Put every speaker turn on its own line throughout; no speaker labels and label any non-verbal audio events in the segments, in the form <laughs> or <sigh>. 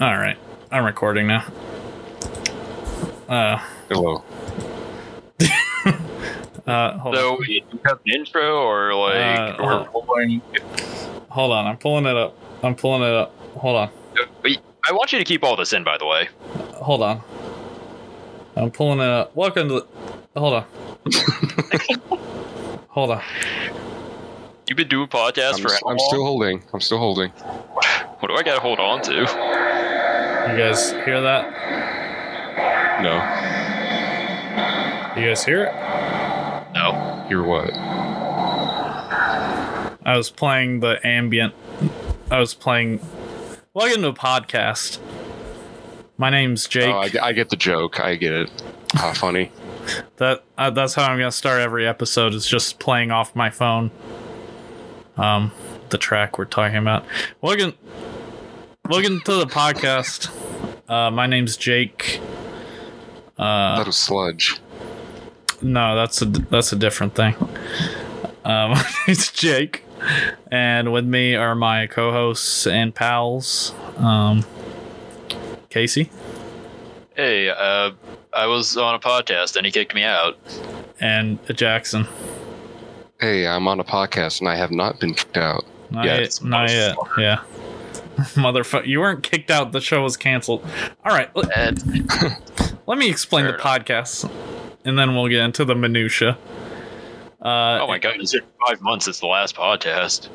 All right, I'm recording now. Uh,
Hello.
uh, hold
So we have an intro or like
Uh,
we're pulling.
on, hold on. I'm pulling it up. I'm pulling it up. Hold on,
I want you to keep all this in, by the way.
hold on. I'm pulling it up. Welcome to. The, hold on.
<laughs>
hold on.
You've been doing podcasts
I'm,
for
s-
how
I'm
long?
still holding. I'm still holding.
What do I gotta hold on to?
You guys hear that?
No.
You guys hear it?
No.
You're what?
I was playing the ambient. I was playing. Welcome to a podcast. My name's Jake.
Oh, I, get- I get the joke. I get it.
<laughs>
Ah, funny.
That uh, that's how I'm gonna start every episode. Is just playing off my phone. Um, the track we're talking about. Welcome, welcome to the podcast. Uh, my name's Jake. Uh,
that was sludge.
no, that's a that's a different thing. Um, <laughs> my name's Jake, and with me are my co-hosts and pals, um, Casey
Hey, uh, I was on a podcast and he kicked me out.
and Jackson.
Hey, I'm on a podcast and I have not been kicked out.
Not
Yeah,
yet.
it's
Not yet. Yeah. <laughs> Motherfucker, you weren't kicked out. The show was canceled. All right, let,
And
let me explain
Fair
the podcast, and then we'll get into the minutia. Uh,
oh my god, it's been five months since the last
<laughs>
podcast.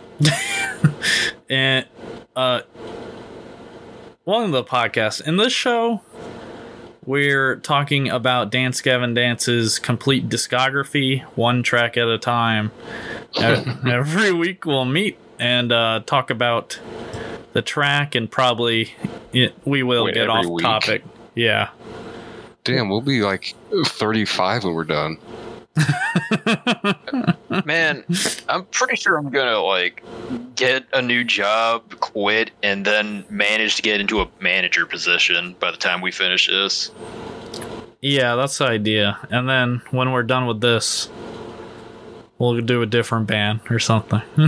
and uh, welcome to the podcast. In this show, we're talking about Dance Gavin Dance's complete discography, one track at a time.
<laughs>
Ev- Every week we'll meet and uh, talk about the track, and probably it, we will
Wait,
get
every
off
week?
topic. Yeah.
Damn, we'll be like 35 when we're done.
Man, I'm pretty sure I'm gonna like get a new job, quit, and then manage to get into a manager position by the time we finish this.
Yeah, that's the idea. And then when we're done with this, we'll do a different band or something. <laughs>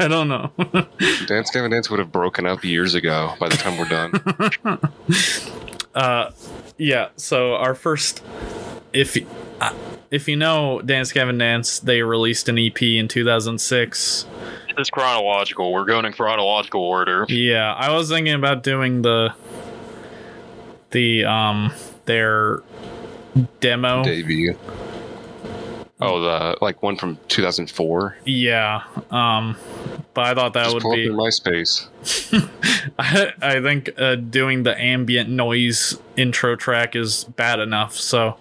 I don't know. <laughs>
Dance Gavin Dance would have broken up years ago by the time we're
<laughs>
done.
uh, yeah. So our first, if uh, if you know Dance Gavin Dance, they released an EP in 2006.
It's chronological. We're going in chronological order.
Yeah, I was thinking about doing the the um their demo.
Debut. Oh, the like one from 2004.
Yeah. Um, but I thought that
Just
would
pull
be
up in MySpace.
<laughs> I, I think uh, doing the ambient noise intro track is bad enough,
<laughs>
so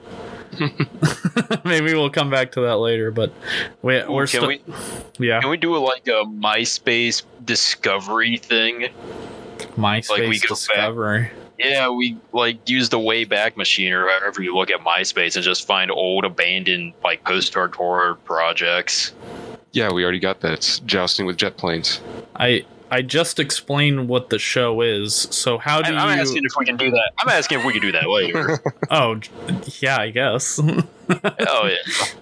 <laughs> maybe we'll come back to that later. But we, we're
Can
still,
we
yeah,
can we do a, like a MySpace discovery thing?
MySpace
like, we go back-
discovery.
Yeah, we like use the Wayback Machine or however you look at MySpace and just find old abandoned like post-hardcore projects.
Yeah, we already got that. It's jousting with jet planes.
I I just explained what the show is. So how do
I'm, I'm
you?
asking if we can do that. I'm asking if we can do
<laughs>
that later.
oh, j- yeah, I guess. <laughs>
oh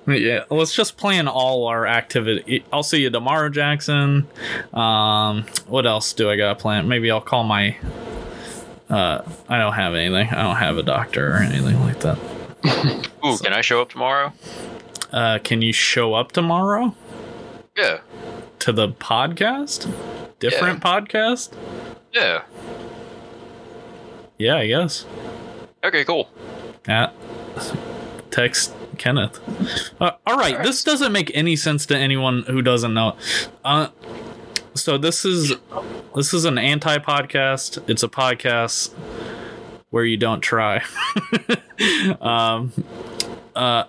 yeah,
yeah, let's just plan all our activity. I'll see you tomorrow, Jackson. Um, what else do I got planned? Maybe I'll call my. Uh, I don't have anything. I don't have a doctor or anything like that.
ooh, can I show up tomorrow?
Uh, can you show up tomorrow
Yeah,
to the podcast? Different podcast?
yeah.
Yeah, I guess.
Okay, cool.
At text Kenneth. Uh, all right, this doesn't make any sense to anyone who doesn't know. Uh, so this is this is an anti podcast. It's a podcast where you don't try. <laughs> um, uh,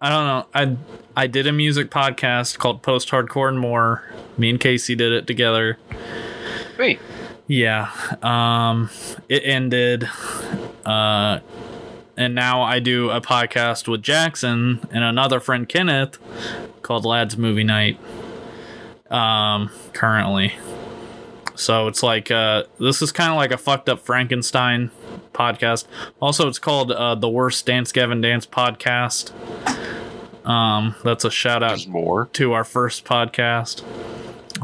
I don't know. I I did a music podcast called Post Hardcore and More. Me and Casey did it together.
Wait,
Yeah. Um it ended uh and now I do a podcast with Jackson and another friend Kenneth called Lads Movie Night. Um currently. So it's like uh this is kind of like a fucked up Frankenstein podcast. Also it's called uh the worst Dance Gavin Dance podcast. Um that's a shout out
There's more.
to our first podcast.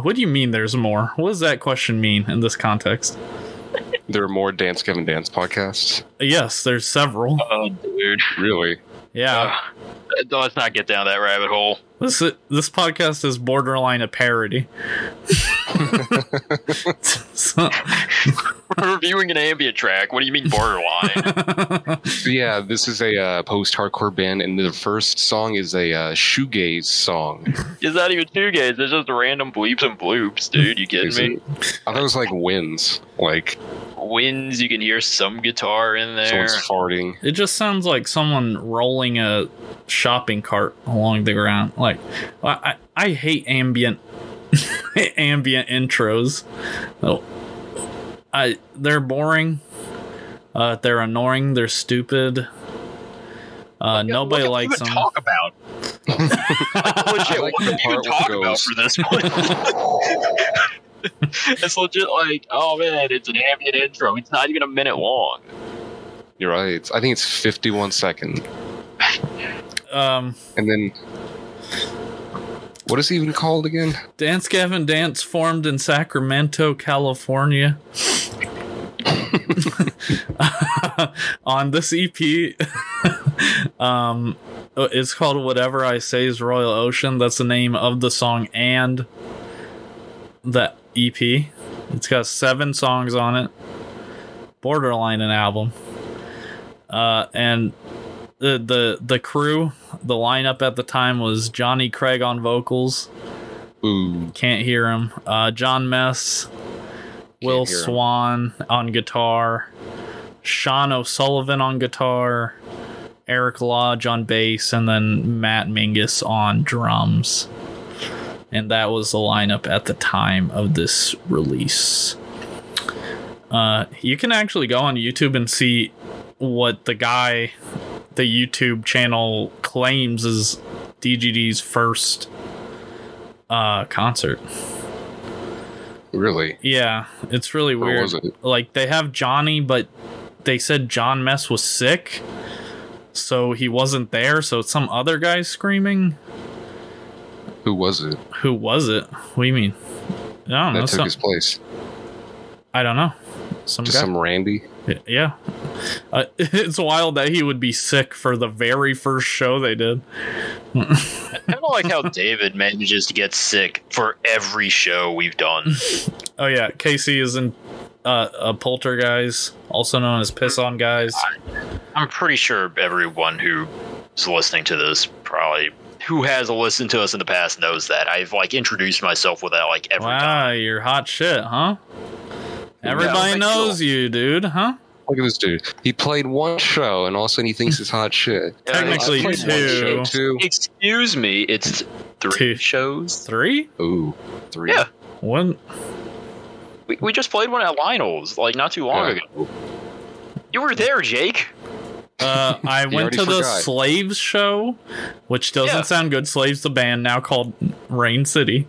What do you mean there's more? What does that question mean in this context?
There are more Dance Kevin Dance podcasts.
Yes, there's several.
Oh, dude.
Really?
Yeah,
Uh, <laughs> let's not get down that rabbit hole.
this this podcast is borderline a parody. <laughs> So-
We're reviewing an ambient track. What do you mean
<laughs>
borderline?
So yeah, this is a uh, post-hardcore band, and the first song is a uh, shoegaze song.
it's not even two gays. It's just random bleeps and bloops, dude. You kidding
Is
me?
it? I thought it was like winds, like
Winds. You can hear some guitar in there.
someone's farting.
it just sounds like someone rolling a shopping cart along the ground. Like, I I, I hate ambient <laughs> ambient intros. Oh, I they're boring. Uh, they're annoying. They're stupid. Uh, nobody
What did we
likes them.
even Talk about <laughs> legit.
like
what
the
did we even
part
talk
where it
about
goes-
for this <laughs> one? it's legit. Like, oh man, it's an ambient intro. It's not even a minute long.
You're right. I think it's 51 seconds,
um,
and then what is he even called again?
Dance Gavin Dance formed in Sacramento, California. <laughs> On this EP, <laughs> um, it's called Whatever I Say is Royal Ocean. That's the name of the song and the EP. It's got seven songs on it, borderline an album. Uh, and the, the the crew, the lineup at the time was Johnny Craig on vocals,
Ooh,
can't hear him. Uh, John Mess, Will
hear him.
Swan on guitar, Sean O'Sullivan on guitar, Eric Lodge on bass, and then Matt Mingus on drums. And that was the lineup at the time of this release. Uh, you can actually go on YouTube and see what the guy, the YouTube channel claims is DGD's first uh, concert.
really?
Yeah, it's really
Where
weird.
was it?
Like they have Johnny, but they said John Mess was sick, so he wasn't there. So it's some other guy screaming.
Who was it
Who was it? What do you mean? I don't know.
that took
Some,
his place?
I don't know. Some
Just
guy.
some Randy.
yeah. Uh, <laughs> it's wild that he would be sick for the very first show they did.
I don't like
<laughs>
how David manages to get sick for every show we've done.
Oh yeah, Casey is in uh, a poltergeist, also known as piss on guys.
I'm pretty sure everyone who is listening to this probably who has listened to us in the past knows that. I've like introduced myself with that like every time.
Wow, you're hot shit, huh? Everybody
thank
knows you, dude, huh?
Look at this dude. He played one show, and all of a sudden he thinks it's hot shit.
Uh,
Technically
I played
excuse,
two.
one show too.
excuse me, it's three
Two.
shows.
Three?
Ooh, three.
Yeah.
One.
We, we just played one at Lionel's like not too long
Yeah.
ago. You were there, Jake. <laughs>
Uh, I went
already
to the
forgot.
Slaves show, which doesn't
Yeah.
sound good. Slaves, the band now called Rain City.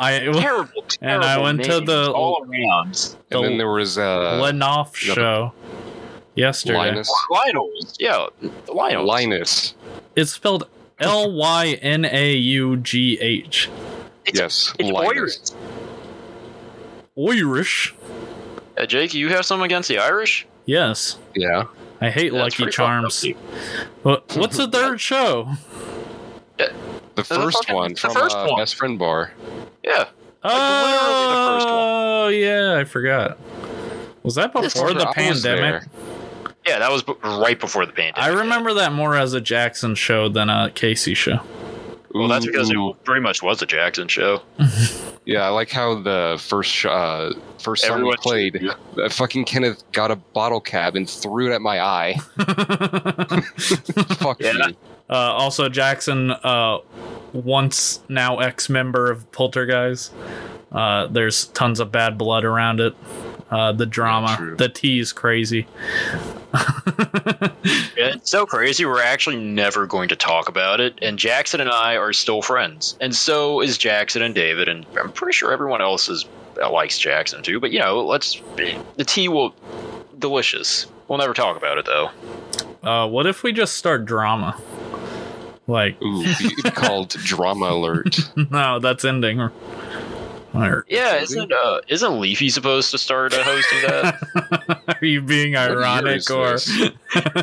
I went
Terrible, terrible.
<laughs> And I went to
names
the-
all around
the
And then there was uh,
Lenoff
yeah.
show yesterday.
Linus.
Lionel's. Yeah, Lionel's.
Linus.
It's spelled L Y N A U G H.
It's,
yes,
It's
Linus.
Irish.
Irish.
Uh, Jake, you have something against the Irish?
Yes.
Yeah.
I hate
That's
Lucky
pretty fucked up,
Charms.
dude.
But what's the third show?
The
the
first
fucking-
one
the
from
first
uh,
one.
Best Friend Bar.
Yeah. literally the first one.
Oh, yeah, I forgot. Was that
This
before the
I was
pandemic?
there.
Yeah, that was b- right before the pandemic.
I remember that more as a Jackson show than a Casey show.
Well, that's because
Ooh.
it pretty much was a Jackson show.
Yeah, I like how the first sh- uh, first song we
Everyone-
played, uh, fucking Kenneth got a bottle cap and threw it at my
<laughs>
eye. <laughs>
uh,
Fuck
Yeah.
you.
also, Jackson, uh, once now ex member of Poltergeist, uh, there's tons of bad blood around it. Uh, the drama,
true.
the tea is crazy.
Yeah, It's so crazy. We're actually never going to talk about it. And Jackson and I are still friends. And so is Jackson and David. And I'm pretty sure everyone else is uh, likes Jackson too. But you know, let's the tea will delicious. We'll never talk about it though.
Uh, what if we just start drama? Like, <laughs>
Ooh, it'd be called drama alert.
no, that's ending. Or-
Yeah, isn't uh, isn't Leafy supposed to start uh, hosting
<laughs>
that?
Are you being <laughs>
year
ironic
is
or,
this?
no,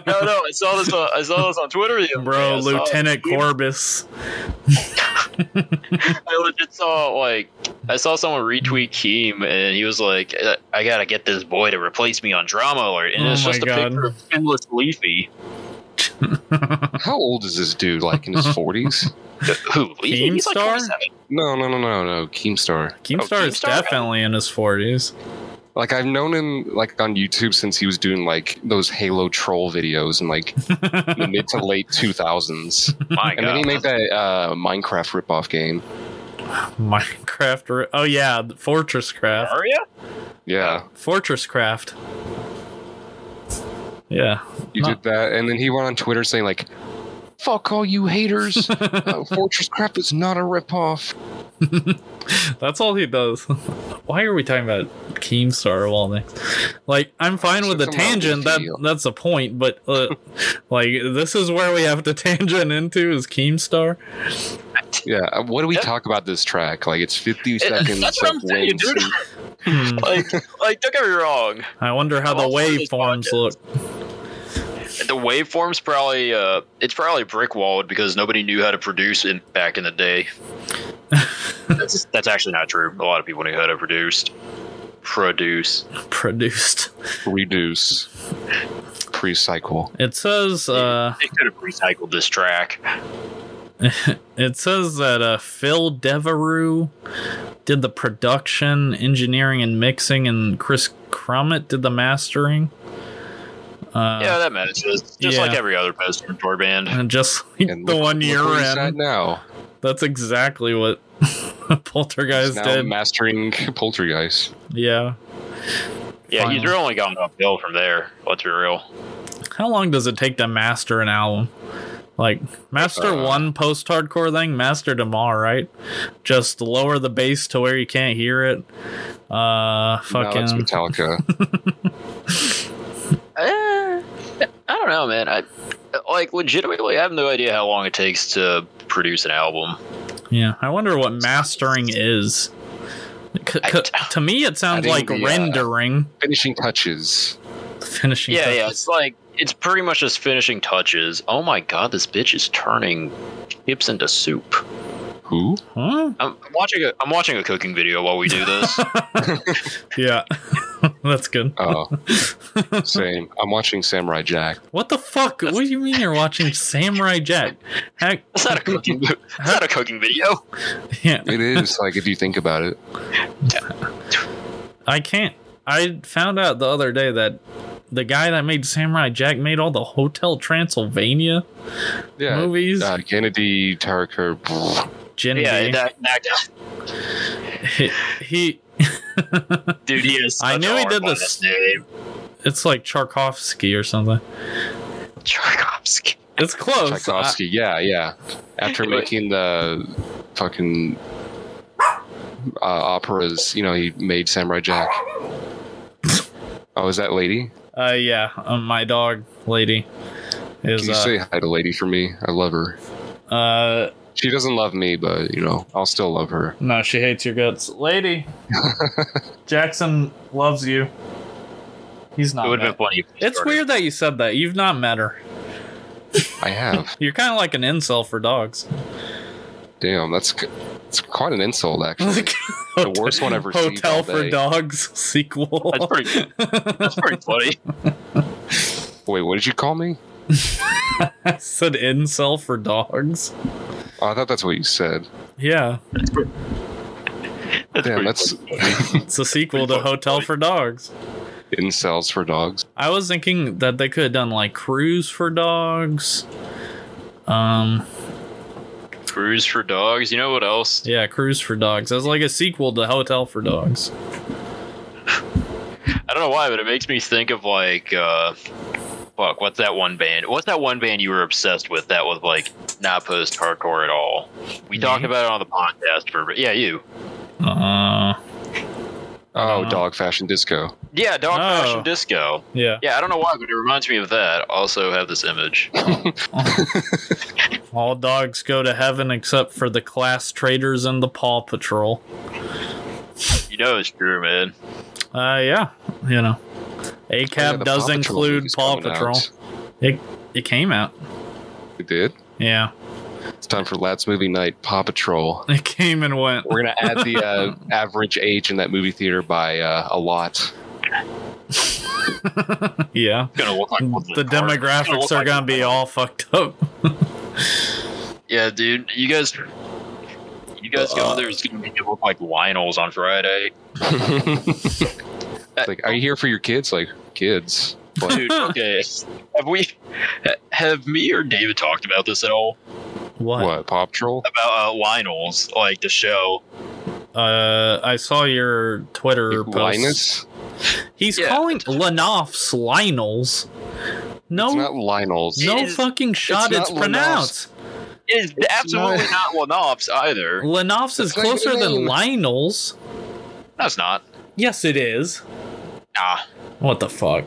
no, I saw this. On, I saw this on Twitter. the other day.
bro,
I saw-
Lieutenant Corbis?
I legit saw like I saw someone retweet Keem, and he was like, "I- "I gotta get this boy to replace me on Drama Alert," and
Oh
it's
my
just a
God.
picture of Finless Leafy.
How old is this dude? Like
<laughs>
in his forties?
Who? Leafy? He's like
Keemstar?
27.
No, no, no, no, no. Keemstar.
Keemstar is
Keemstar?
definitely in his 40s.
Like I've known him like on YouTube since he was doing like those Halo troll videos in like the mid to late two thousands.
My
<laughs> And then he
God.
made that uh, Minecraft ripoff game.
Minecraft. Re- oh, yeah. Fortress Craft.
Are you?
Yeah,
Fortress Craft. Yeah.
you
Huh.
did that, and then he went on Twitter saying like, "Fuck all you haters! uh, Fortress Craft is not a ripoff."
That's all he does. <laughs> Why are we talking about Keemstar of all things? Like, I'm fine with the
Somehow
tangent.
we
That
feel.
that's a point, but
<laughs>
uh, like, this is where we have to <laughs> tangent into is Keemstar.
Yeah, uh, what do we
Yeah.
talk about this track? Like it's fifty seconds.
that's what
of
I'm saying,
wins.
dude.
Hmm.
Like, like don't get me wrong.
I wonder how the
Also, these
waveforms look.
The waveform's probably uh, it's probably brick walled because nobody knew how to produce it back in
<laughs>
the day. that's that's actually not true. A lot of people knew how to produce. Produce.
Produced.
Reduce, pre-cycle.
It says. Uh,
They could have recycled this track.
It says that uh, Phil Devereaux did the production, engineering, and mixing, and Chris Crummett did the mastering. Uh,
yeah, that matches. Just
yeah.
like every other post-hardcore band.
And just like
And
the
look-
one
look
you're
where he's at
in,
now.
that's exactly what <laughs> Poltergeist
He's now
did.
mastering Poltergeist.
yeah.
Yeah, he's
Fine.
really gone uphill from there. Let's be real.
How long does it take to master an album? Like, master
Uh,
one post hardcore thing, master them all, right? Just lower the bass to where you can't hear it. Uh,
Now it's
fucking.
Metallica.
Eh, I don't know, man. I like legitimately. I have no idea how long it takes to produce an album.
Yeah, I wonder what mastering is. C-
I-
c- to me, it sounds
I
like
think the, uh,
rendering, <laughs>
Finishing touches.
finishing.
yeah,
touches.
yeah. It's like it's pretty much just finishing touches. Oh my god, this bitch is turning chips into soup.
Who?
Huh?
I'm I'm watching a I'm watching a cooking video while we
<laughs>
do this.
Yeah, <laughs> that's good. <laughs>
Oh, same. I'm watching Samurai Jack.
What the fuck? What do you mean you're watching Samurai Jack? Heck,
It's not a cooking. It's not a cooking video.
yeah,
It is like if you think about it.
I can't. I found out the other day that the guy that made Samurai Jack made all the Hotel Transylvania
Yeah.
movies. Oh,
Uh, Kennedy, Tarker.
Jindy.
Yeah, that, that,
<laughs> he
dude, he is.
I
such
knew
a
he
hard
did
one,
this-
dude.
it's like Tchaikovsky or something.
Tchaikovsky.
It's close. I-
Tchaikovsky. yeah, yeah. After making the fucking uh, operas, you know, he made Samurai Jack. Oh, is that lady?
Uh, yeah, um, my dog lady
Can
is
you
uh,
say hi to lady for me? I love her.
uh,
She doesn't love me, but you know, I'll still love her.
no, she hates your guts,
<laughs>
lady. Jackson loves you. He's
It
not.
would have
Met.
been funny. if he
Oh, It's
started.
weird that you said that. You've not met her. <laughs>
I have.
You're kind of like an incel for dogs.
Damn, that's c- it's quite an
<laughs>
insult, actually.
the
worst one I've received
Hotel
all
for
day.
Dogs <laughs> sequel.
That's pretty. That's pretty funny.
Wait, what did you call me?
<laughs> I said incel for dogs.
Oh, I thought that's what you said.
Yeah,
That's
Damn,
pretty
<laughs> that's
it's a sequel to
Pretty fucking
Hotel
funny.
for Dogs.
incels for dogs.
I was thinking that they could have done like Cruise for Dogs. Um,
funny. Cruise for dogs. You know what else?
Yeah, Cruise for Dogs. That's like a sequel to Hotel for Dogs.
I don't know why, but it makes me think of like, uh, fuck, what's that one band? What's that one band you were obsessed with? That was like not post hardcore at all. We
Me?
talked about it on the podcast for yeah, you.
Uh,
Oh,
Uh-huh.
dog fashion disco.
Yeah, Dog
Oh.
Fashion Disco.
yeah.
Yeah, I don't know why, but it reminds me of that. Also, have this image.
All dogs go to heaven except for the class traitors and the Paw Patrol.
You know it's true, man.
Uh, yeah, you know,
Yeah,
ACAB
the
does
Paw Patrol
include
movie's
Paw
coming
Patrol.
out.
It it came out.
It did.
Yeah,
It's time for Lads Movie Night
<laughs>
Paw Patrol.
it came and went.
We're gonna add the <laughs> uh, average age in that movie theater by uh, a lot.
Yeah,
It's gonna look like Woodland
the
Park. It's gonna
demographics
look
are
like-
gonna be all fucked up.
Yeah, dude. You guys. You guys go
Uh,
there. It's gonna make it look like Lionel's on Friday.
It's like, are you here for your kids? Like kids. But
Dude, okay. have we? Have me or David talked about this at all?
What?
what? Paw Patrol?
About uh, Lionel's, like the show.
Uh, I saw your Twitter post.
Linus?
He's
Yeah.
calling Lanoff's Lionels. No,
It's not Lionel's.
no
It is-
fucking shot.
not
It's,
Lanoff's.
pronounced.
It is absolutely not, Lanoff's either.
Lanoff's is
It's not even
closer than
named.
Lionel's.
No, it's not.
Yes, it is.
Nah.
What the fuck?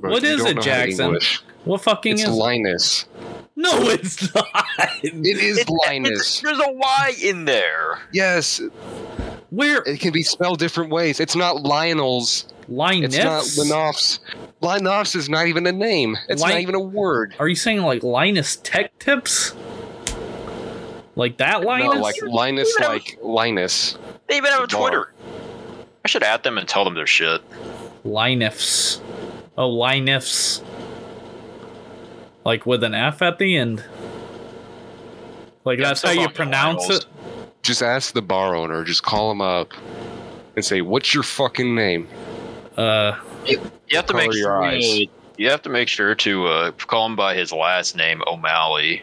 Bro,
What
you
is it,
don't know how to
Jackson?
English.
What fucking
It's
is?
Linus.
<laughs> no, it's not.
It is
It's-
<laughs>
Linus.
it's- there's a Y in there.
yes,
Where
it can be spelled different ways. It's not Lionel's.
Linus?
It's not Linoff's. Linoff's is not even a name. It's
Lin-
not even a word.
Are you saying like Linus Tech Tips? Like that Linus?
No, like Linus,
Even-
like Linus.
They even have a
It's a bar.
Twitter. I should add them and tell them their shit.
Linifs. Oh, Linifs. Like with an F at the end. Like
Yeah, I'm
that's
still
how you
calling it
pronounce
Lionels.
it.
Just ask the bar owner. Just call him up and say, "What's your fucking name?"
Uh,
You have to
Color
make
your
sure
eyes.
you have to make sure to uh, call him by his last name, O'Malley.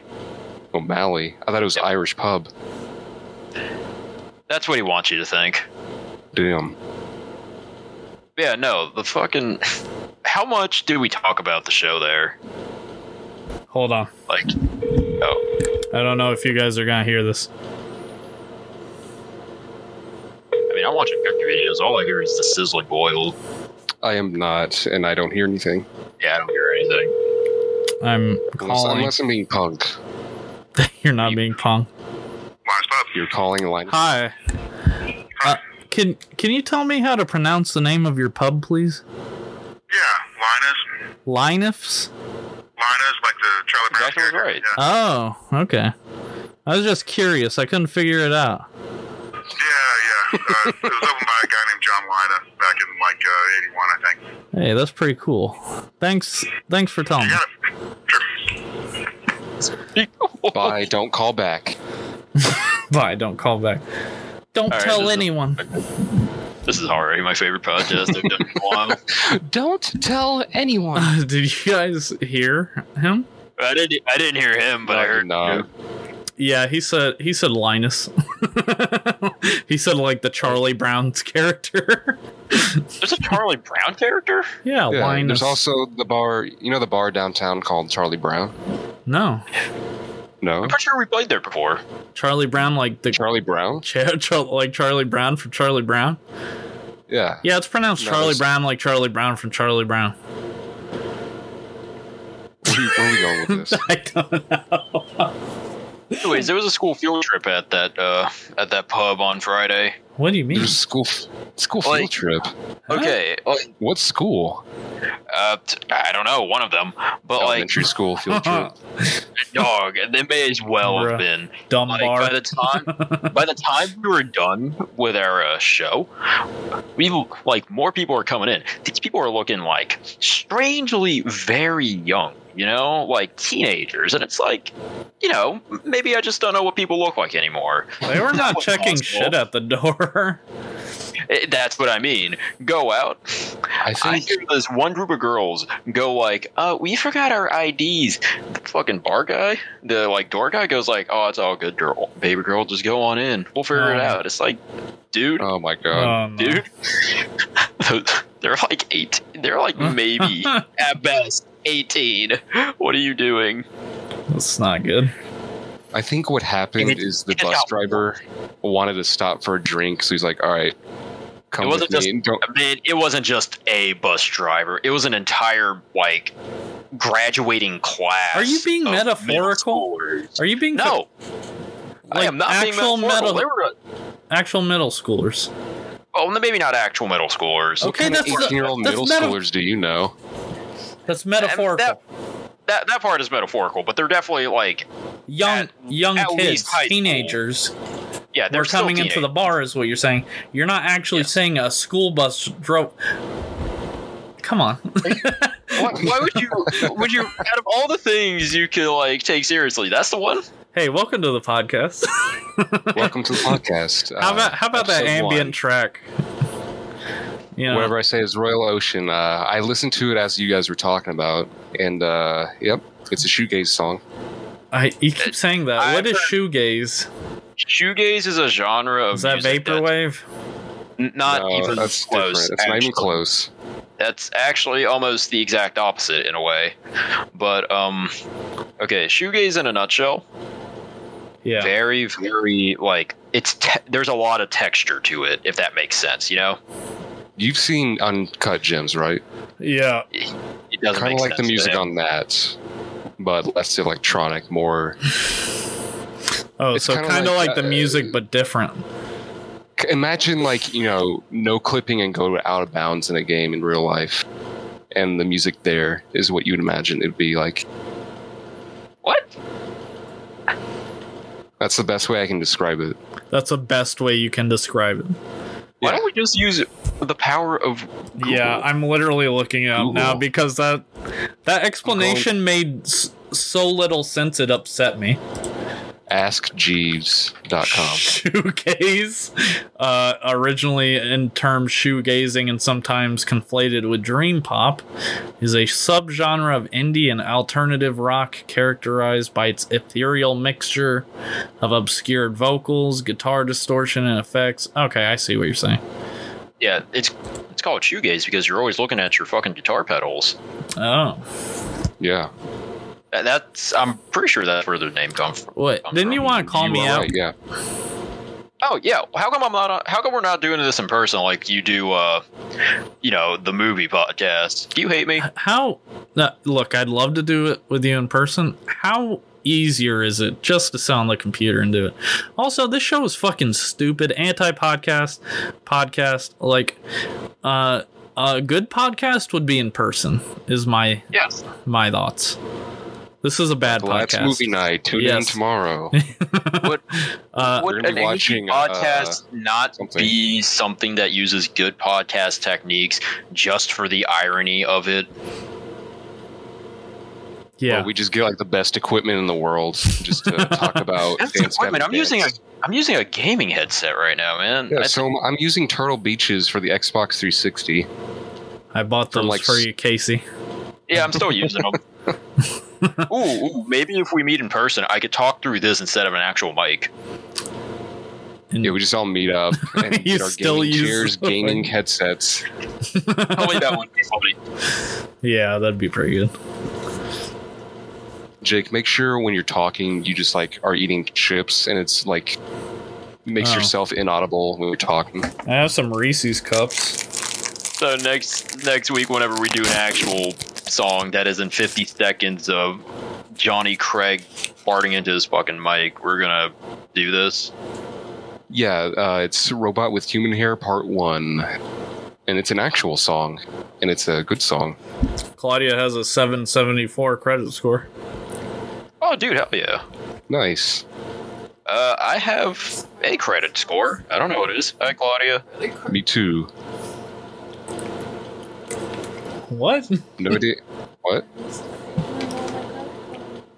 O'Malley. I thought it was Irish pub.
That's what he wants you to think.
Damn.
Yeah, no, the fucking. <laughs> How much did we talk about the show there?
hold on.
Like, oh,
I don't know if you guys are gonna hear this.
I mean, I'm watching cooking videos. All I hear is the sizzling boil.
I am not, and I don't hear anything
Yeah, I don't hear anything.
I'm
unless,
calling. <laughs>
unless I'm being punk.
You're not being punk.
You're calling Linus.
Hi. Uh, can can you tell me how to pronounce the name of your pub, please?
Yeah, Linus.
Linifs.
Linus, like the Charlie Brown
Jackson was
character.
right.
Yeah.
Oh, okay. I was just curious. I couldn't figure it out.
yeah, yeah. Uh, it was opened by a guy named John Linus back in like uh, 81, I think.
Hey, that's pretty cool. Thanks. Thanks for telling
You
me.
got it.
Bye. Don't call back.
Bye. Don't call back. Don't
right,
tell
this is-
anyone. <laughs>
This is already my favorite podcast I've done in a while.
Don't tell anyone.
Uh, did you guys hear him?
<laughs> I didn't. I didn't hear him, but I heard.
no.
Yeah, he said he said Linus. <laughs> he said like the Charlie Brown's character. <laughs>
There's a Charlie Brown character.
yeah,
Yeah,
Linus.
There's also the bar. You know the bar downtown called Charlie Brown.
no,
No,
I'm pretty sure we played there before.
Charlie Brown like the
Charlie
<laughs>
Brown.
Char- Char- like Charlie Brown from Charlie Brown.
Yeah,
Yeah, it's pronounced
No,
Charlie
it's-
Brown like Charlie Brown from Charlie Brown. <laughs>
where, are we- where are we going with this?
I don't know.
Anyways, there was a school field trip at that uh, at that pub on Friday.
What do you mean?
There's a school f- school field
Like-
trip.
Okay, like,
What school?
uh, t- I don't know, one of them, but like,
Elementary school
<laughs>
field trip.
dog, they may as well
Bruh.
have been.
Dumb
Like,
bar.
by the time, by the time we were done with our uh, show, we like more people are coming in. These people are looking like strangely very young, you know, like teenagers, and it's like, you know, maybe I just don't know what people look like anymore.
they were not
was
checking
<laughs> possible.
shit at the door. <laughs>
Eh, that's what I mean. Go out,
I
I
think
hear this one group of girls go like, "Uh, we forgot our IDs." The fucking bar guy, the like door guy, goes like, "Oh, it's all good, girl, baby girl. Just go on in. We'll figure it
Oh.
out." It's like, dude,
Oh my god.
Oh, no.
dude, <laughs> they're like eight. They're like maybe <laughs> at best eighteen. What are you doing?
That's not good.
I think what happened
It-
is the
it
bus
got-
driver wanted to stop for a drink, so he's like, "All right, come
It
with
wasn't
me."
just-
and don't-
I mean, it wasn't just a bus driver. It was an entire like graduating class.
Are you being
of middle
metaphorical?
schoolers.
Are you being
No, I
like
am not being
actual metal-
metaphorical. They were a-
actual middle schoolers?
Oh, maybe not actual middle schoolers.
Okay,
kind of
that's-
18 year old
that's
middle
meta-
schoolers do you know?
That's
And
metaphorical.
that, that that part is metaphorical, but they're definitely like
young
at-
young
at least
kids,
high school.
teenagers.
yeah,
They're
they're still
coming into the
teenagers.
bar is what you're saying. You're not actually saying a school bus drove. Come on. <laughs>
Why, why would you? <laughs> Would you? Out of all the things you could like take seriously, that's the one.
hey, welcome to the podcast. <laughs>
Welcome to the podcast.
how
Uh,
about how about that
episode
ambient
one.
track? You know,
Whatever I say is Royal Ocean. Uh, I listened to it as you guys were talking about, and uh, yep, it's a shoegaze song.
I you keep saying that.
I've
what is
heard-
shoegaze?
Shoegaze is a genre of
Is that
music that's
vaporwave?
n- not
No,
even
that's
close.
different. It's not even
actually.
close.
That's actually almost the exact opposite in a way. But um, okay, shoegaze in a nutshell.
Yeah.
very very like it's te- there's a lot of texture to it if that makes sense you know
You've seen Uncut Gems, right?
Yeah.
it doesn't
Kind
make
of like the
sense to
music
him.
on that, but less electronic, more.
Oh,
It's
so
kinda
kind of
like,
like, the
uh,
music, but different.
C- Imagine like you know, no clipping and go out of bounds in a game in real life, and the music there is what you'd imagine it'd be like.
what
That's the best way I can describe it.
That's the best way you can describe it.
why
Yeah.
don't we just use the power of Google?
Yeah, I'm literally looking it up now
Google.
because that that explanation made s- so little sense it upset me.
AskJeeves.com.
Shoegaze, <laughs> uh, originally in term shoegazing and sometimes conflated with dream pop, is a subgenre of indie and alternative rock characterized by its ethereal mixture of obscured vocals, guitar distortion, and effects. Okay, I see what you're saying.
yeah it's it's called shoegaze because you're always looking at your fucking guitar pedals
Oh,
Yeah.
and that's i'm pretty sure that's where their name comes from
what?
I'm
Didn't you
wrong.
want to call
You
me
are
out?
right, yeah.
oh yeah how come i'm not on, how come we're not doing this in person like you do uh you know the movie podcast do you hate me
how uh, look i'd love to do it with you in person how easier is it just to sit on the computer and do it also this show is fucking stupid anti-podcast podcast like uh a good podcast would be in person is my
yes
my thoughts this is a bad
Well, that's
podcast
movie night. Tune
Yes.
in
<laughs>
tomorrow.
what
uh,
we're
would
gonna
an
be
watching,
watching, uh,
podcast not
something.
be something that uses good podcast techniques just for the irony of it?
yeah
Well, we just get like the best equipment in the world just to
<laughs>
talk about
That's
dance
equipment. I'm
Gavin
using a
Dance.
I'm using a gaming headset right now, man.
Yeah,
I
so I'm- I'm using Turtle Beaches for the Xbox 360.
i bought
from,
those
like,
for you casey
yeah, I'm still using them.
<laughs>
ooh, ooh, maybe if we meet in person, I could talk through this instead of an actual mic.
And-
Yeah, we just all meet
<laughs>
up and
Hmm. You
get our
still
gaming
use
chairs,
the
gaming
thing.
headsets.
Tell me that one. Funny.
yeah that'd be pretty good
Jake, make sure when you're talking, you just like are eating chips and it's like makes
Oh.
yourself inaudible when you're talking.
i have some reese's cups
So next next week, whenever we do an actual song that isn't 50 seconds of Johnny Craig farting into his fucking mic, we're gonna do this.
Yeah, uh, it's Robot with Human Hair Part 1. And it's an actual song. And it's a good song.
Claudia has a 774 credit score.
Oh, dude, hell yeah.
Nice.
Uh, I have a credit score. I don't know what it is. Hi, Claudia.
Me too.
What? <laughs>
No idea. What?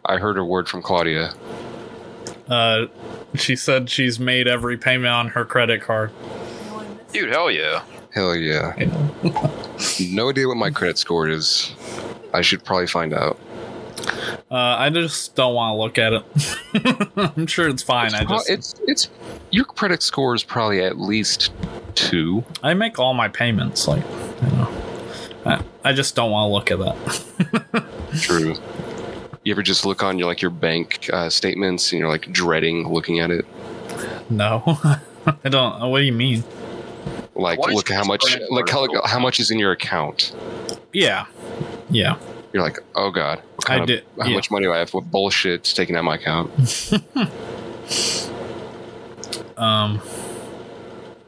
I heard a word from Claudia.
Uh, she said she's made every payment on her credit card.
Dude, hell yeah.
Hell yeah. no idea what my credit score is. I should probably find out.
Uh, I just don't want to look at it. <laughs> I'm sure it's fine. I
Pro-
just
it's it's your credit score is probably at least two.
I make all my payments. Like, you know, I, I just don't want to look at that. <laughs>
True. You ever just look on your like your bank uh, statements and you're like dreading looking at it?
No, <laughs> I don't. What do you mean?
Like
Why is
look at how
this
much
credit
like how,
card so
how much is in your account.
Yeah, yeah.
You're like, oh god, what
I
kind of-
did.
how
yeah.
much money do I have? What bullshit's taking out my account?
Um,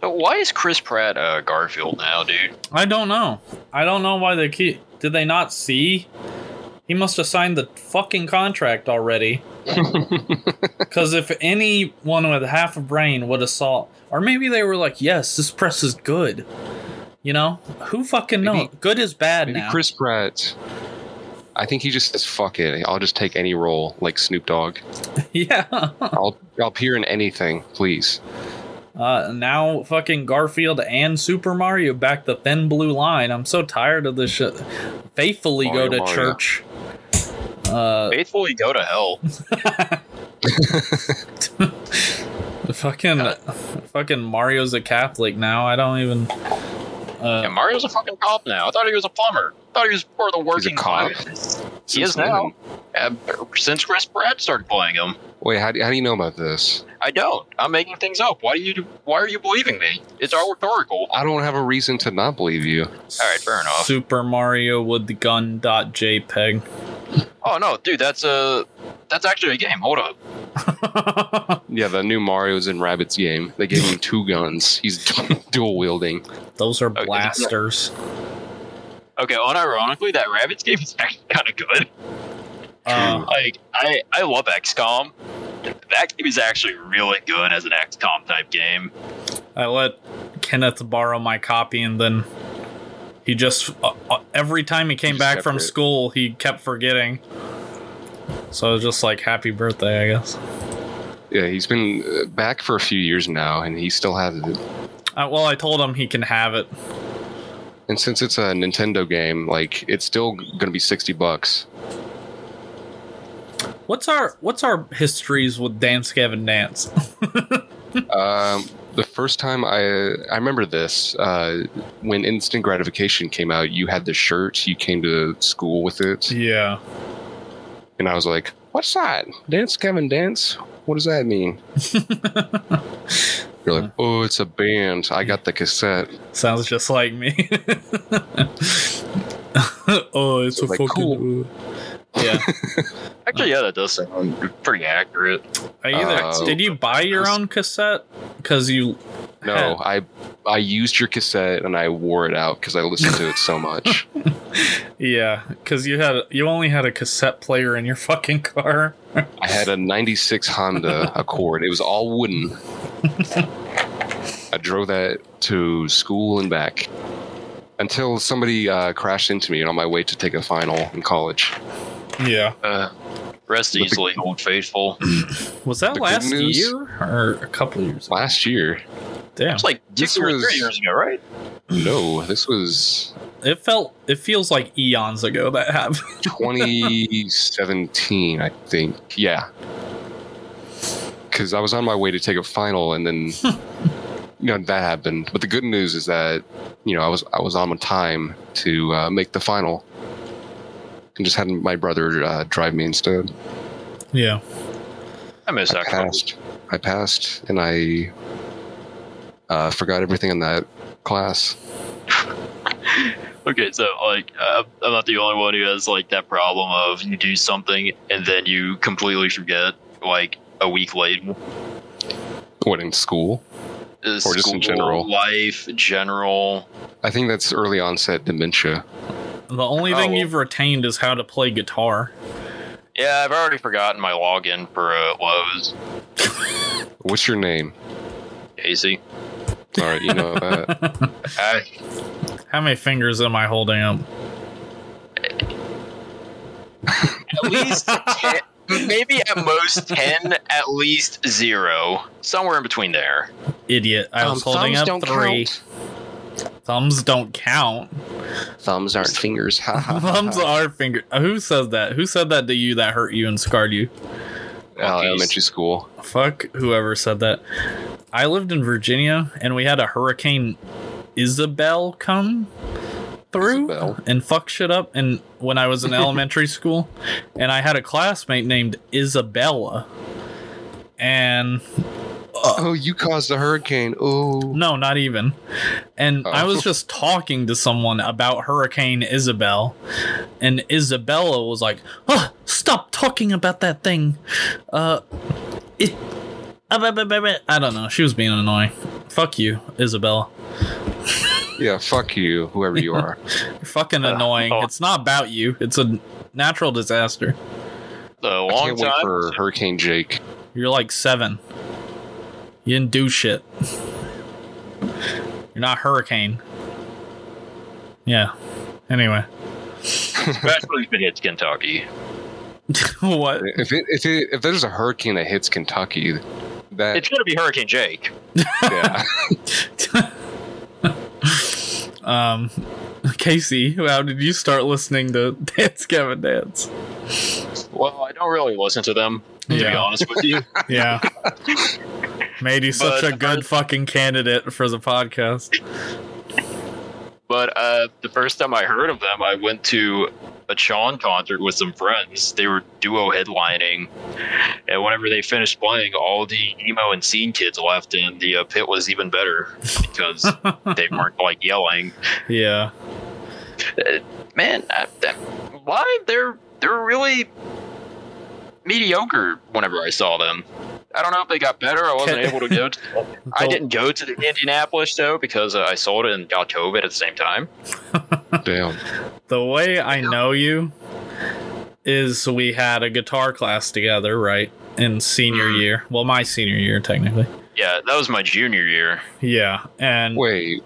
Uh, Why is Chris Pratt uh, Garfield now, dude?
I don't know. I don't know why they keep. Did they not see? He must have signed the fucking contract
<laughs>
already. Because if anyone with half a brain would have saw, or maybe they were like, "Yes, this press is good," you know? Who fucking knows?
Maybe-
Good is bad
Maybe
now.
Chris Pratt. I think he just says fuck it. I'll just take any role, like Snoop Dogg.
<laughs> yeah.
I'll I'll appear in anything, please.
Uh, now fucking Garfield and Super Mario back the thin blue line. I'm so tired of this shit. Faithfully
Mario,
go to
Mario.
church. Uh,
Faithfully go to hell.
fucking, fucking Mario's a Catholic now. I don't even.
Yeah,
Uh,
Mario's a fucking cop now. I thought he was a plumber. I thought he was part of the working
cop.
class. He
Since
is now.
when?
Uh, since Chris Pratt started playing him,
Wait, how do, how do you know about this?
I don't. I'm making things up. Why do you? Why are you believing me? It's all rhetorical.
I don't have a reason to not believe you.
All right, fair enough.
Super Mario with the gun dot E JPEG.
Oh no, dude, that's a that's actually a game. Hold up.
Yeah, the new Mario's and Rabbits game. They gave him two guns. He's <laughs> dual wielding.
<laughs> Those are
Okay.
blasters.
Okay, unironically, that rabbits game is actually kind of good.
Uh,
Um, Like, I I love XCOM. That game is actually really good as an XCOM type game.
I let Kenneth borrow my copy, and then he just uh, uh, every time he came
Just
back
kept
from
it.
school, he kept forgetting. So I was just like, "Happy birthday," I guess.
Yeah, he's been uh, back for a few years now, and he still has it.
Uh, well, I told him he can have it.
And since it's a Nintendo game, like it's still going to be sixty bucks.
What's our What's our histories with Dance Gavin Dance? <laughs>
Um, the first time I I remember this uh, when Instant Gratification came out, you had the shirt, you came to school with it,
yeah,
and I was like, "What's that? Dance, Kevin, dance? What does that mean?" You're like, "Oh, it's a band. I got the cassette."
sounds just like me. <laughs> oh, it's
So,
a
like,
fucking.
cool. <laughs>
Yeah.
Actually, yeah, that does sound pretty accurate.
I either
Uh,
did you buy your own cassette because you
No, I I used your cassette and I wore it out because I listened to it so much.
yeah because you had you only had a cassette player in your fucking car.
I had a '96 Honda Accord. It was all wooden. I drove that to school and back until somebody uh, crashed into me on my way to take a final in college.
Yeah,
Uh, rest
But the-
easily, old faithful. <clears throat>
was that
The good
last
news-
year or a couple years?
Last year,
Damn,
It's like
This
two or
was-
three years ago, right?
no, this was
it felt it feels like eons ago that happened.
2017, I think. Yeah. Because I was on my way to take a final, and then you know that happened. But the good news is that you know I was I was on time to uh, make the final, and just had my brother uh, drive me instead.
<laughs> yeah,
I miss
I
XCOM.
passed. I passed, and I uh, forgot everything in that class.
Okay, so like uh, I'm not the only one who has like that problem of you do something and then you completely forget like a week later.
What in school?
Uh,
Or just in
school,
general.
life, general.
I think that's early onset dementia.
the only thing
Oh.
you've retained is how to play guitar.
Yeah, I've already forgotten my login for uh, Lowe's,
What's your name?
Casey.
All right, you know uh, that.
I,
How many fingers am I holding up?
at least ten, maybe at most ten, at least zero, somewhere in between there.
Idiot! I
Um,
was holding up three. Thumbs don't count.
<laughs> Thumbs aren't fingers. Ha,
<laughs>
ha, ha, <laughs>
Thumbs
ha.
are finger. Uh, Who says that? Who said that to you that hurt you and scarred you?
Oh,
Monkeys.
elementary school.
Fuck whoever said that. I lived in Virginia and we had a hurricane Isabel come through
Isabel.
and fuck shit up and when I was in elementary school and I had a classmate named Isabella. And Uh.
Oh, you caused a hurricane. Oh,
No, not even. And I
Oh.
was just talking to someone about Hurricane Isabel, and Isabella was like, oh, "Stop talking about that thing." Uh, it. uh, bah, bah, bah, bah." I don't know. She was being annoying. Fuck you, Isabella.
Yeah, fuck you, whoever
<laughs>
you are.
You're fucking annoying.
oh.
It's not about you. It's a natural disaster.
A
I
long
can't wait
time.
for Hurricane Jake.
You're like seven. You didn't do shit. You're not hurricane. Yeah. Anyway. <laughs>
That's what he's been hit
<laughs>
Kentucky.
what?
If it, if it, if there's a hurricane that hits Kentucky, that
It's gonna be Hurricane Jake.
<laughs>
yeah, <laughs>
Um <laughs> Casey, how did you start listening to <laughs> Dance Kevin Dance?
Well, I don't really listen to them, to be
Yeah.
honest with you. <laughs>
Yeah. Made you such
But- uh,
a good fucking candidate for the podcast. <laughs>
But uh, the first time I heard of them, I went to a Sean concert with some friends. They were duo headlining, and whenever they finished playing, all the emo and scene kids left, and the uh, pit was even better because they weren't like yelling.
Yeah.
Man, I, I, why they're they're really mediocre. Whenever I saw them, I don't know if they got better. I
<laughs>
wasn't able to go. To, I
Don't-
didn't go to the Indianapolis show because uh, I sold it and got COVID at the same time.
damn.
The way I know you is we had a guitar class together, right? In senior
Mhm.
year. Well, my senior year, technically.
Yeah, that was my junior year.
Yeah. And
Wait,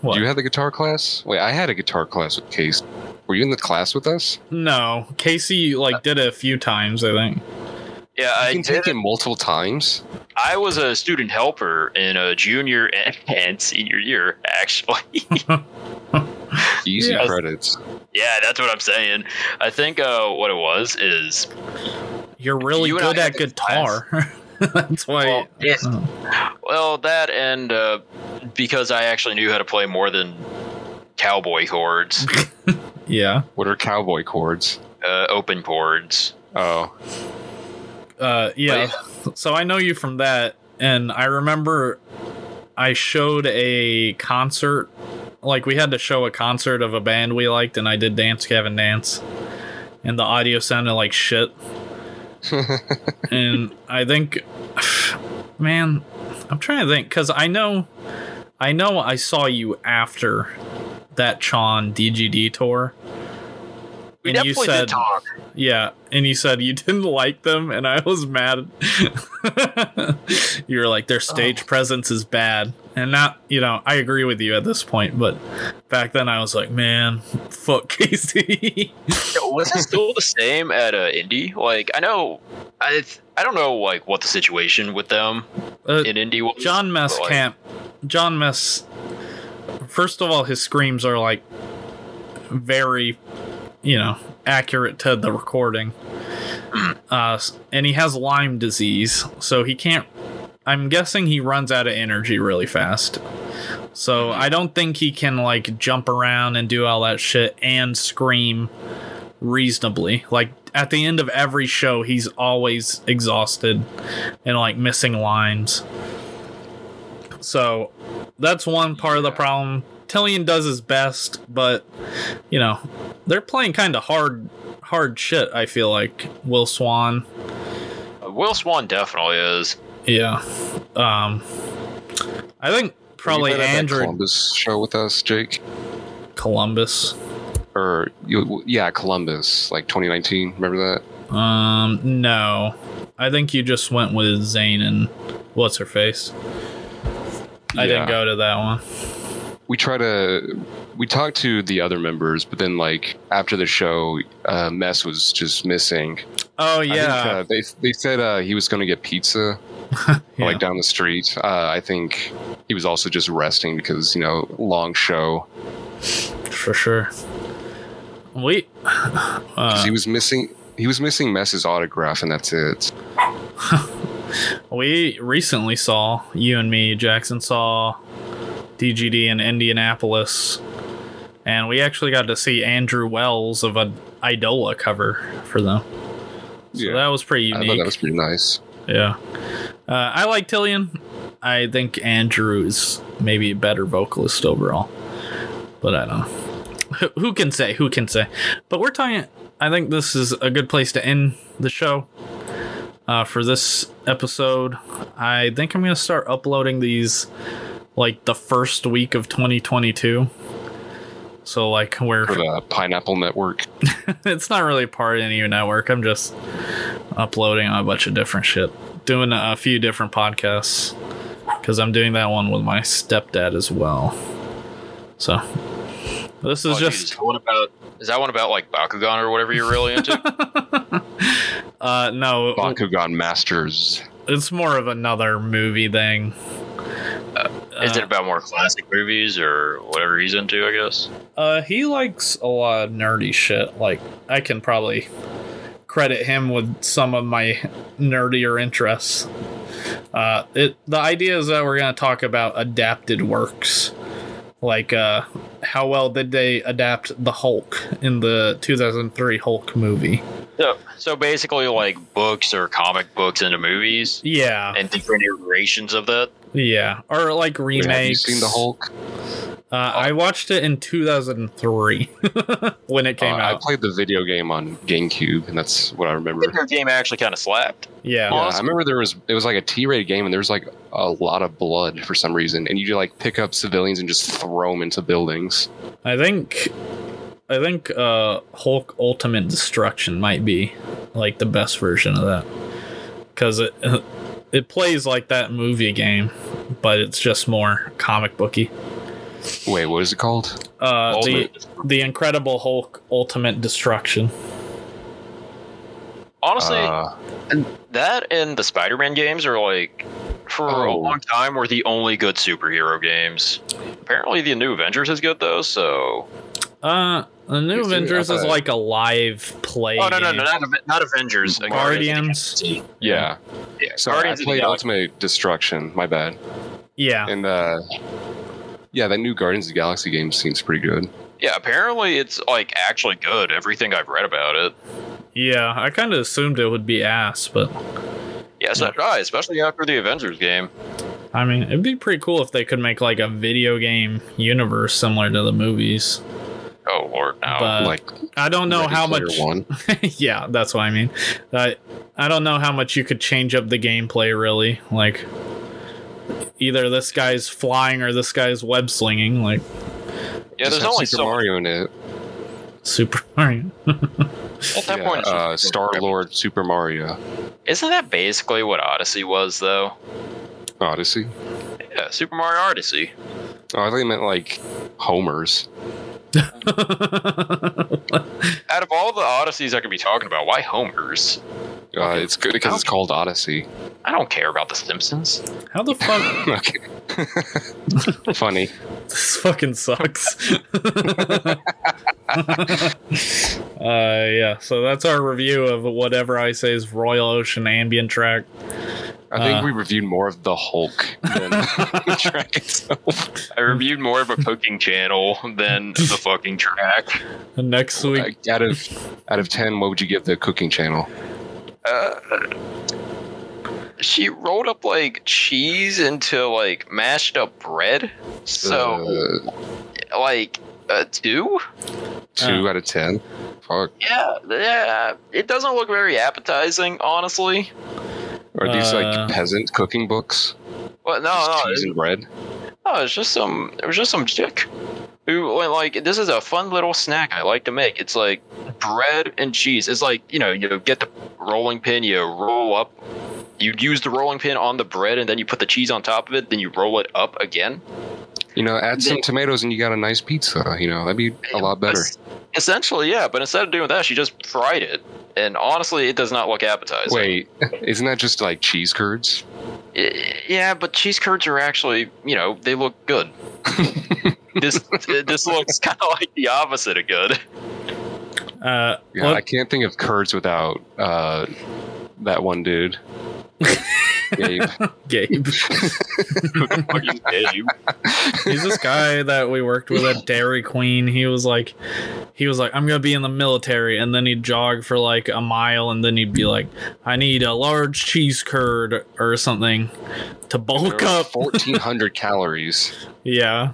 What?
you had the guitar class? Wait, I had a guitar class with Case. Were you in the class with us?
no, Casey, like, did it a few times, I think.
Yeah, I
you can
did.
take it multiple times.
I was a student helper in a junior <laughs> and, and senior year, actually. <laughs>
Easy
Yeah.
credits.
yeah, that's what I'm saying. I think uh, what it was is
You're really
You and
good
I
at
had a class.
guitar. <laughs> That's why.
well,
Oh.
well, that and uh, because I actually knew how to play more than cowboy chords,
yeah.
What are cowboy chords?
uh, open chords.
Oh,
Uh, yeah. So I know you from that, and I remember I showed a concert. Like we had to show a concert of a band we liked, and I did dance, Kevin dance, and the audio sounded like
<laughs>
shit. and I think, man, I'm trying to think because I know, I know I saw you after that Chon DGD tour.
We
And you
definitely
said-
did talk.
Yeah, and you said you <laughs> didn't like them, and I was mad. <laughs> you were like,
Oh.
their stage presence is bad, and not, you know, I agree with you at this point, but back then I was like, man, <laughs> fuck Casey.
was <laughs>
<laughs>
it still the same at uh, Indy? Like, I know, I I don't know like what the situation with them
uh,
in Indy was.
John Mess
but, like,
can't. John Mess. First of all, his screams are like very, you know, accurate to the recording. Uh, s- and he has Lyme disease, so he can't. I'm guessing he runs out of energy really fast. So I don't think he can like jump around and do all that shit and scream reasonably. Like at the end of every show, he's always exhausted and like missing lines. So that's one part of the
Yeah.
problem. Tillian does his best, but you know, they're playing kind of hard hard shit, I feel like. Will Swan.
Uh, Will Swan definitely is.
Yeah. Um I think probably
Were you at that
Andrew
Columbus show with us, Jake.
Columbus.
Or you, yeah, Columbus, like 2019. Remember that?
Um no. I think you just went with Zane and what's her face? I
Yeah.
didn't go to that one.
we try to we talked to the other members but then like after the show uh mess was just missing
Oh
I think,
yeah.
uh, they, they said uh he was gonna
<laughs>
get pizza
yeah.
like down the street uh i think he was also just resting because you know long show
for sure. We
'Cause
uh,
he was missing he was missing mess's autograph and that's it
we recently saw you and me Jackson saw DGD in Indianapolis and we actually got to see Andrew Wells of a Idola cover for them. So that was pretty
i
unique.
thought that was pretty nice
Yeah. Uh, I like Tillian. I think Andrew is maybe a better vocalist overall. But I don't know. <laughs> Who- Who can say? Who can say? But we're talking. I think this is a good place to end the show. uh, for this episode. I think I'm gonna start uploading these like the first week of 2022. So like where
for the Pineapple Network.
<laughs> it's not really part of any network. I'm just uploading a bunch of different shit, doing a few different podcasts because I'm doing that one with my stepdad as well. So this is
Oh, dude, is
just
that one about is that one about like Bakugan or whatever you're
<laughs>
really into?
uh, no,
Bakugan Masters.
it's more of another movie thing.
is it about more classic movies or whatever he's into? I guess.
Uh, he likes a lot of nerdy shit. Like I can probably credit him with some of my nerdier interests. Uh, it the idea is that we're gonna talk about adapted works, like uh, how well did they adapt the Hulk in the 2003 Hulk movie?
So, so basically, like books or comic books into movies
Yeah,
<laughs> and different iterations of that.
yeah, or like remakes.
Have you seen the Hulk?
Uh, I watched it in 2003 <laughs> when it came
Uh, I
out.
played the video game on GameCube, and that's what I remember.
Your game actually kind of slapped.
yeah.
Yeah, I
Awesome.
remember there was it was like a T-rated game, and there was like a lot of blood for some reason, and you just like pick up civilians and just throw them into buildings.
I think I think uh Hulk Ultimate Destruction might be like the best version of that cuz it <laughs> it plays like that movie game but it's just more comic booky.
Wait, what is it called?
Uh the
Ultimate-
the Incredible Hulk Ultimate Destruction.
Honestly,
Uh,
that and the Spider-Man games are like for a
Oh.
long time were the only good superhero games. Apparently, the new Avengers is good though. So,
Uh the New
Is it- I
Avengers is
thought-
like a live play.
oh no, no,
game.
no, not, Aven- not Avengers. uh,
Guardians.
of the Galaxy.
yeah.
Yeah,
So I
Guardians of the Oh.
played
Galaxy.
Ultimate Destruction. My bad.
Yeah.
And uh, yeah, that new Guardians of the Galaxy game seems pretty good.
Yeah, apparently it's like actually good. Everything I've read about it.
Yeah, I kind of assumed it would be ass, but
Yeah, so did I, especially after the Avengers game.
I mean, it'd be pretty cool if they could make like a video game universe similar to the movies.
Oh lord, no.
But- Uh,
like
I don't know
Ready
how
Player
much
One.
<laughs> yeah, that's what I mean. Uh, I don't know how much you could change up the gameplay, really. Like, either this guy's flying or this guy's web slinging, like
Just
yeah, there's
have
only
Super
so much.
Mario in it.
Super <laughs> Mario.
At that
Yeah,
point, it's
uh,
just-
Star Lord, Super Mario,
Isn't that basically what Odyssey was, though?
Odyssey.
Yeah, Super Mario Odyssey.
Oh, I thought you meant like Homer's.
Out of all the Odysseys I could be talking about, why Homer's?
Uh, it's good because it's called Odyssey. <laughs>
I don't care about The Simpsons.
how the fuck? <laughs>
<laughs>
Okay. Funny.
this fucking sucks. <laughs> uh, yeah, so that's our review of whatever I say is Royal Ocean ambient track.
I
Uh.
think we reviewed more of the Hulk
<laughs>
than the track itself.
I reviewed more of a poking channel than the fucking track.
And next week,
Like, out of out of ten, what would you give the cooking channel?
Uh, she rolled up like cheese into like mashed up bread. So
Uh,
like a two?
uh.
two out of ten. Fuck.
Yeah, yeah. It doesn't look very appetizing, honestly.
Are these
Uh.
like peasant cooking books?
Well, no,
Just
no,
cheese and bread.
Oh, it's just some. It was just some chick who went like, "This is a fun little snack I like to make. It's like bread and cheese. It's like you know, you get the rolling pin, you roll up, you use the rolling pin on the bread, and then you put the cheese on top of it. Then you roll it up again.
You know, add some
They-
tomatoes and you got a nice pizza. You know, that'd be a lot better.
Es- Essentially, yeah. But instead of doing that, she just fried it, and honestly, it does not look appetizing.
Wait, isn't that just like cheese curds?
I- yeah, but cheese curds are actually, you know, they look
<laughs>
good. this this looks kind of like the opposite of good.
uh,
Yeah,
let-
I can't think of curds without uh, that
<laughs>
one dude. Gabe.
Gabe.
Fucking dare you.
He's this guy that we worked with at Dairy Queen. He was like, he was like, I'm gonna be in the military, and then he'd jog for like a mile, and then he'd be like, I need a large cheese curd or something to bulk up.
Fourteen hundred calories.
Yeah,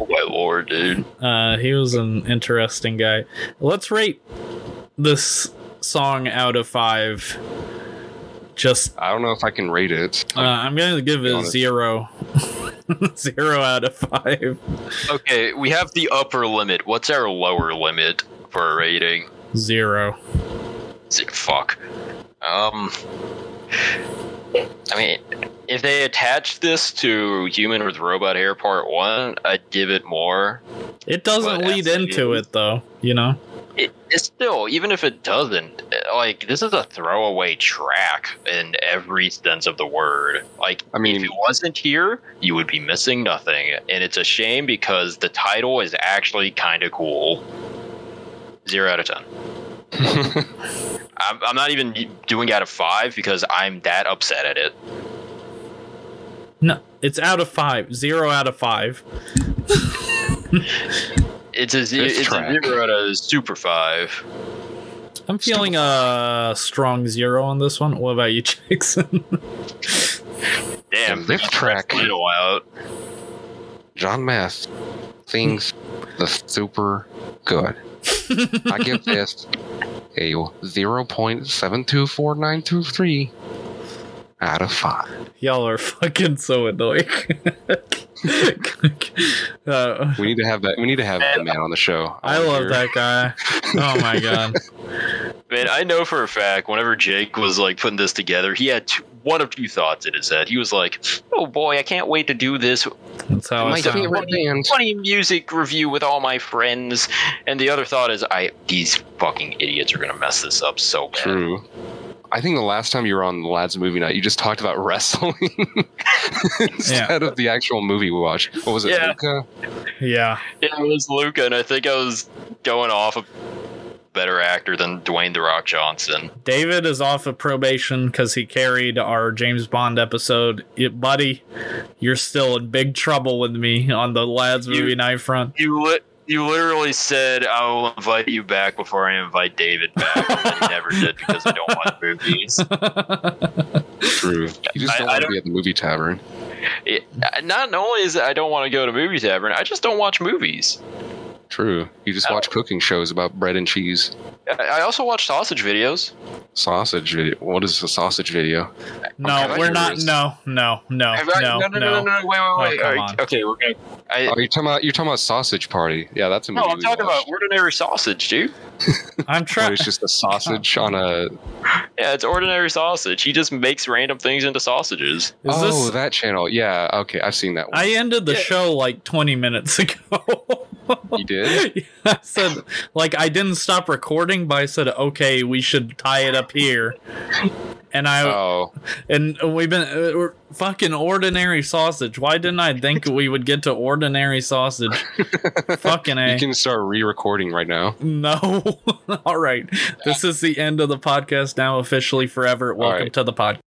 Oh my lord, dude.
uh, he was an interesting guy. Let's rate this song out of five. Just
I don't know if I can rate it.
uh, I'm going to give it a
Honest.
zero. <laughs> zero out of five.
Okay, we have the upper limit. What's our lower limit for a rating?
Zero.
Z- Fuck. Um. I mean, if they attach this to Human with Robot Hair Part 1, I'd give it more.
It doesn't
But
lead
absolutely.
into it though, you know.
It, it's still, even if it doesn't, eh, like, this is a throwaway track in every sense of the word. Like,
I mean,
if it wasn't here, you would be missing nothing. And it's a shame because the title is actually kind of cool. Zero out
<laughs>
of ten. I'm, I'm not even doing out of five because I'm that upset at it.
No, it's out of five. Zero out of five.
It's a, ze-
This
it's a
track.
zero out of super five.
I'm feeling a strong zero on this one. What about you, <laughs> Jackson?
The
Damn,
lift track.
Little out.
John Mass thinks the super good. I give this a 0.724923 out of 5.
Y'all are fucking so annoying. <laughs> Uh,
We need to have that. We need to have that man on the show.
I
wanna
love
hear-
that guy. Oh my god.
Man, I know for a fact whenever Jake was like putting this together, he had two, one of two thoughts in his head. He was like, "Oh boy, I can't wait to do this
That's how I
My
sound.
favorite band.
funny music review with all my friends." And the other thought is, "I these fucking idiots are gonna mess this up so bad."
True. I think the last time you were on Lads Movie Night, you just talked about <laughs> wrestling instead of the actual movie we watched. What was it?
Yeah.
Luca?
Yeah.
Yeah, it was Luca, and I think I was going off a better actor than Dwayne the Rock Johnson.
David is off of probation because he carried our James Bond episode. It, buddy, you're still in big trouble with me on the lads
You-
movie night front.
You li- you literally said I will invite you back before I invite David back, and I never did because I don't like movies.
True. You just
I-
don't
I
want to
don't-
be at the movie tavern.
It, not only is it I don't want to go to movie tavern, I just don't watch movies.
True. You just watch cooking shows about bread and cheese.
I, I also watch sausage videos.
Sausage video. What is a sausage video?
No,
Okay,
we're
I
not.
hear
No, no, no,
Have I-
Oh, no, Oh,
no, no, no, no, wait, wait, wait.
come
All right,
on.
okay, we're gonna. I,
Oh, you're talking about you're talking about Sausage Party. Yeah, that's a
no,
movie.
I'm
we
talking about
watched.
ordinary sausage, dude.
I'm
Where
trying.
it's just a sausage on <laughs> a.
Yeah, it's ordinary sausage. He just makes random things into sausages.
Is
oh,
this?
that channel. Yeah. Okay, I've seen that one.
I ended the
Yeah.
show like 20 minutes ago. <laughs>
you <laughs> did.
I said, like, I didn't stop recording, but I said, okay, we should tie it up here. And I
Oh,
and we've been uh, we're fucking ordinary sausage. Why didn't I think we would get to ordinary sausage?
<laughs>
fucking a.
you can start re-recording right now.
<laughs> no. All right. This is the end of the podcast now officially forever. Welcome
right.
to the podcast.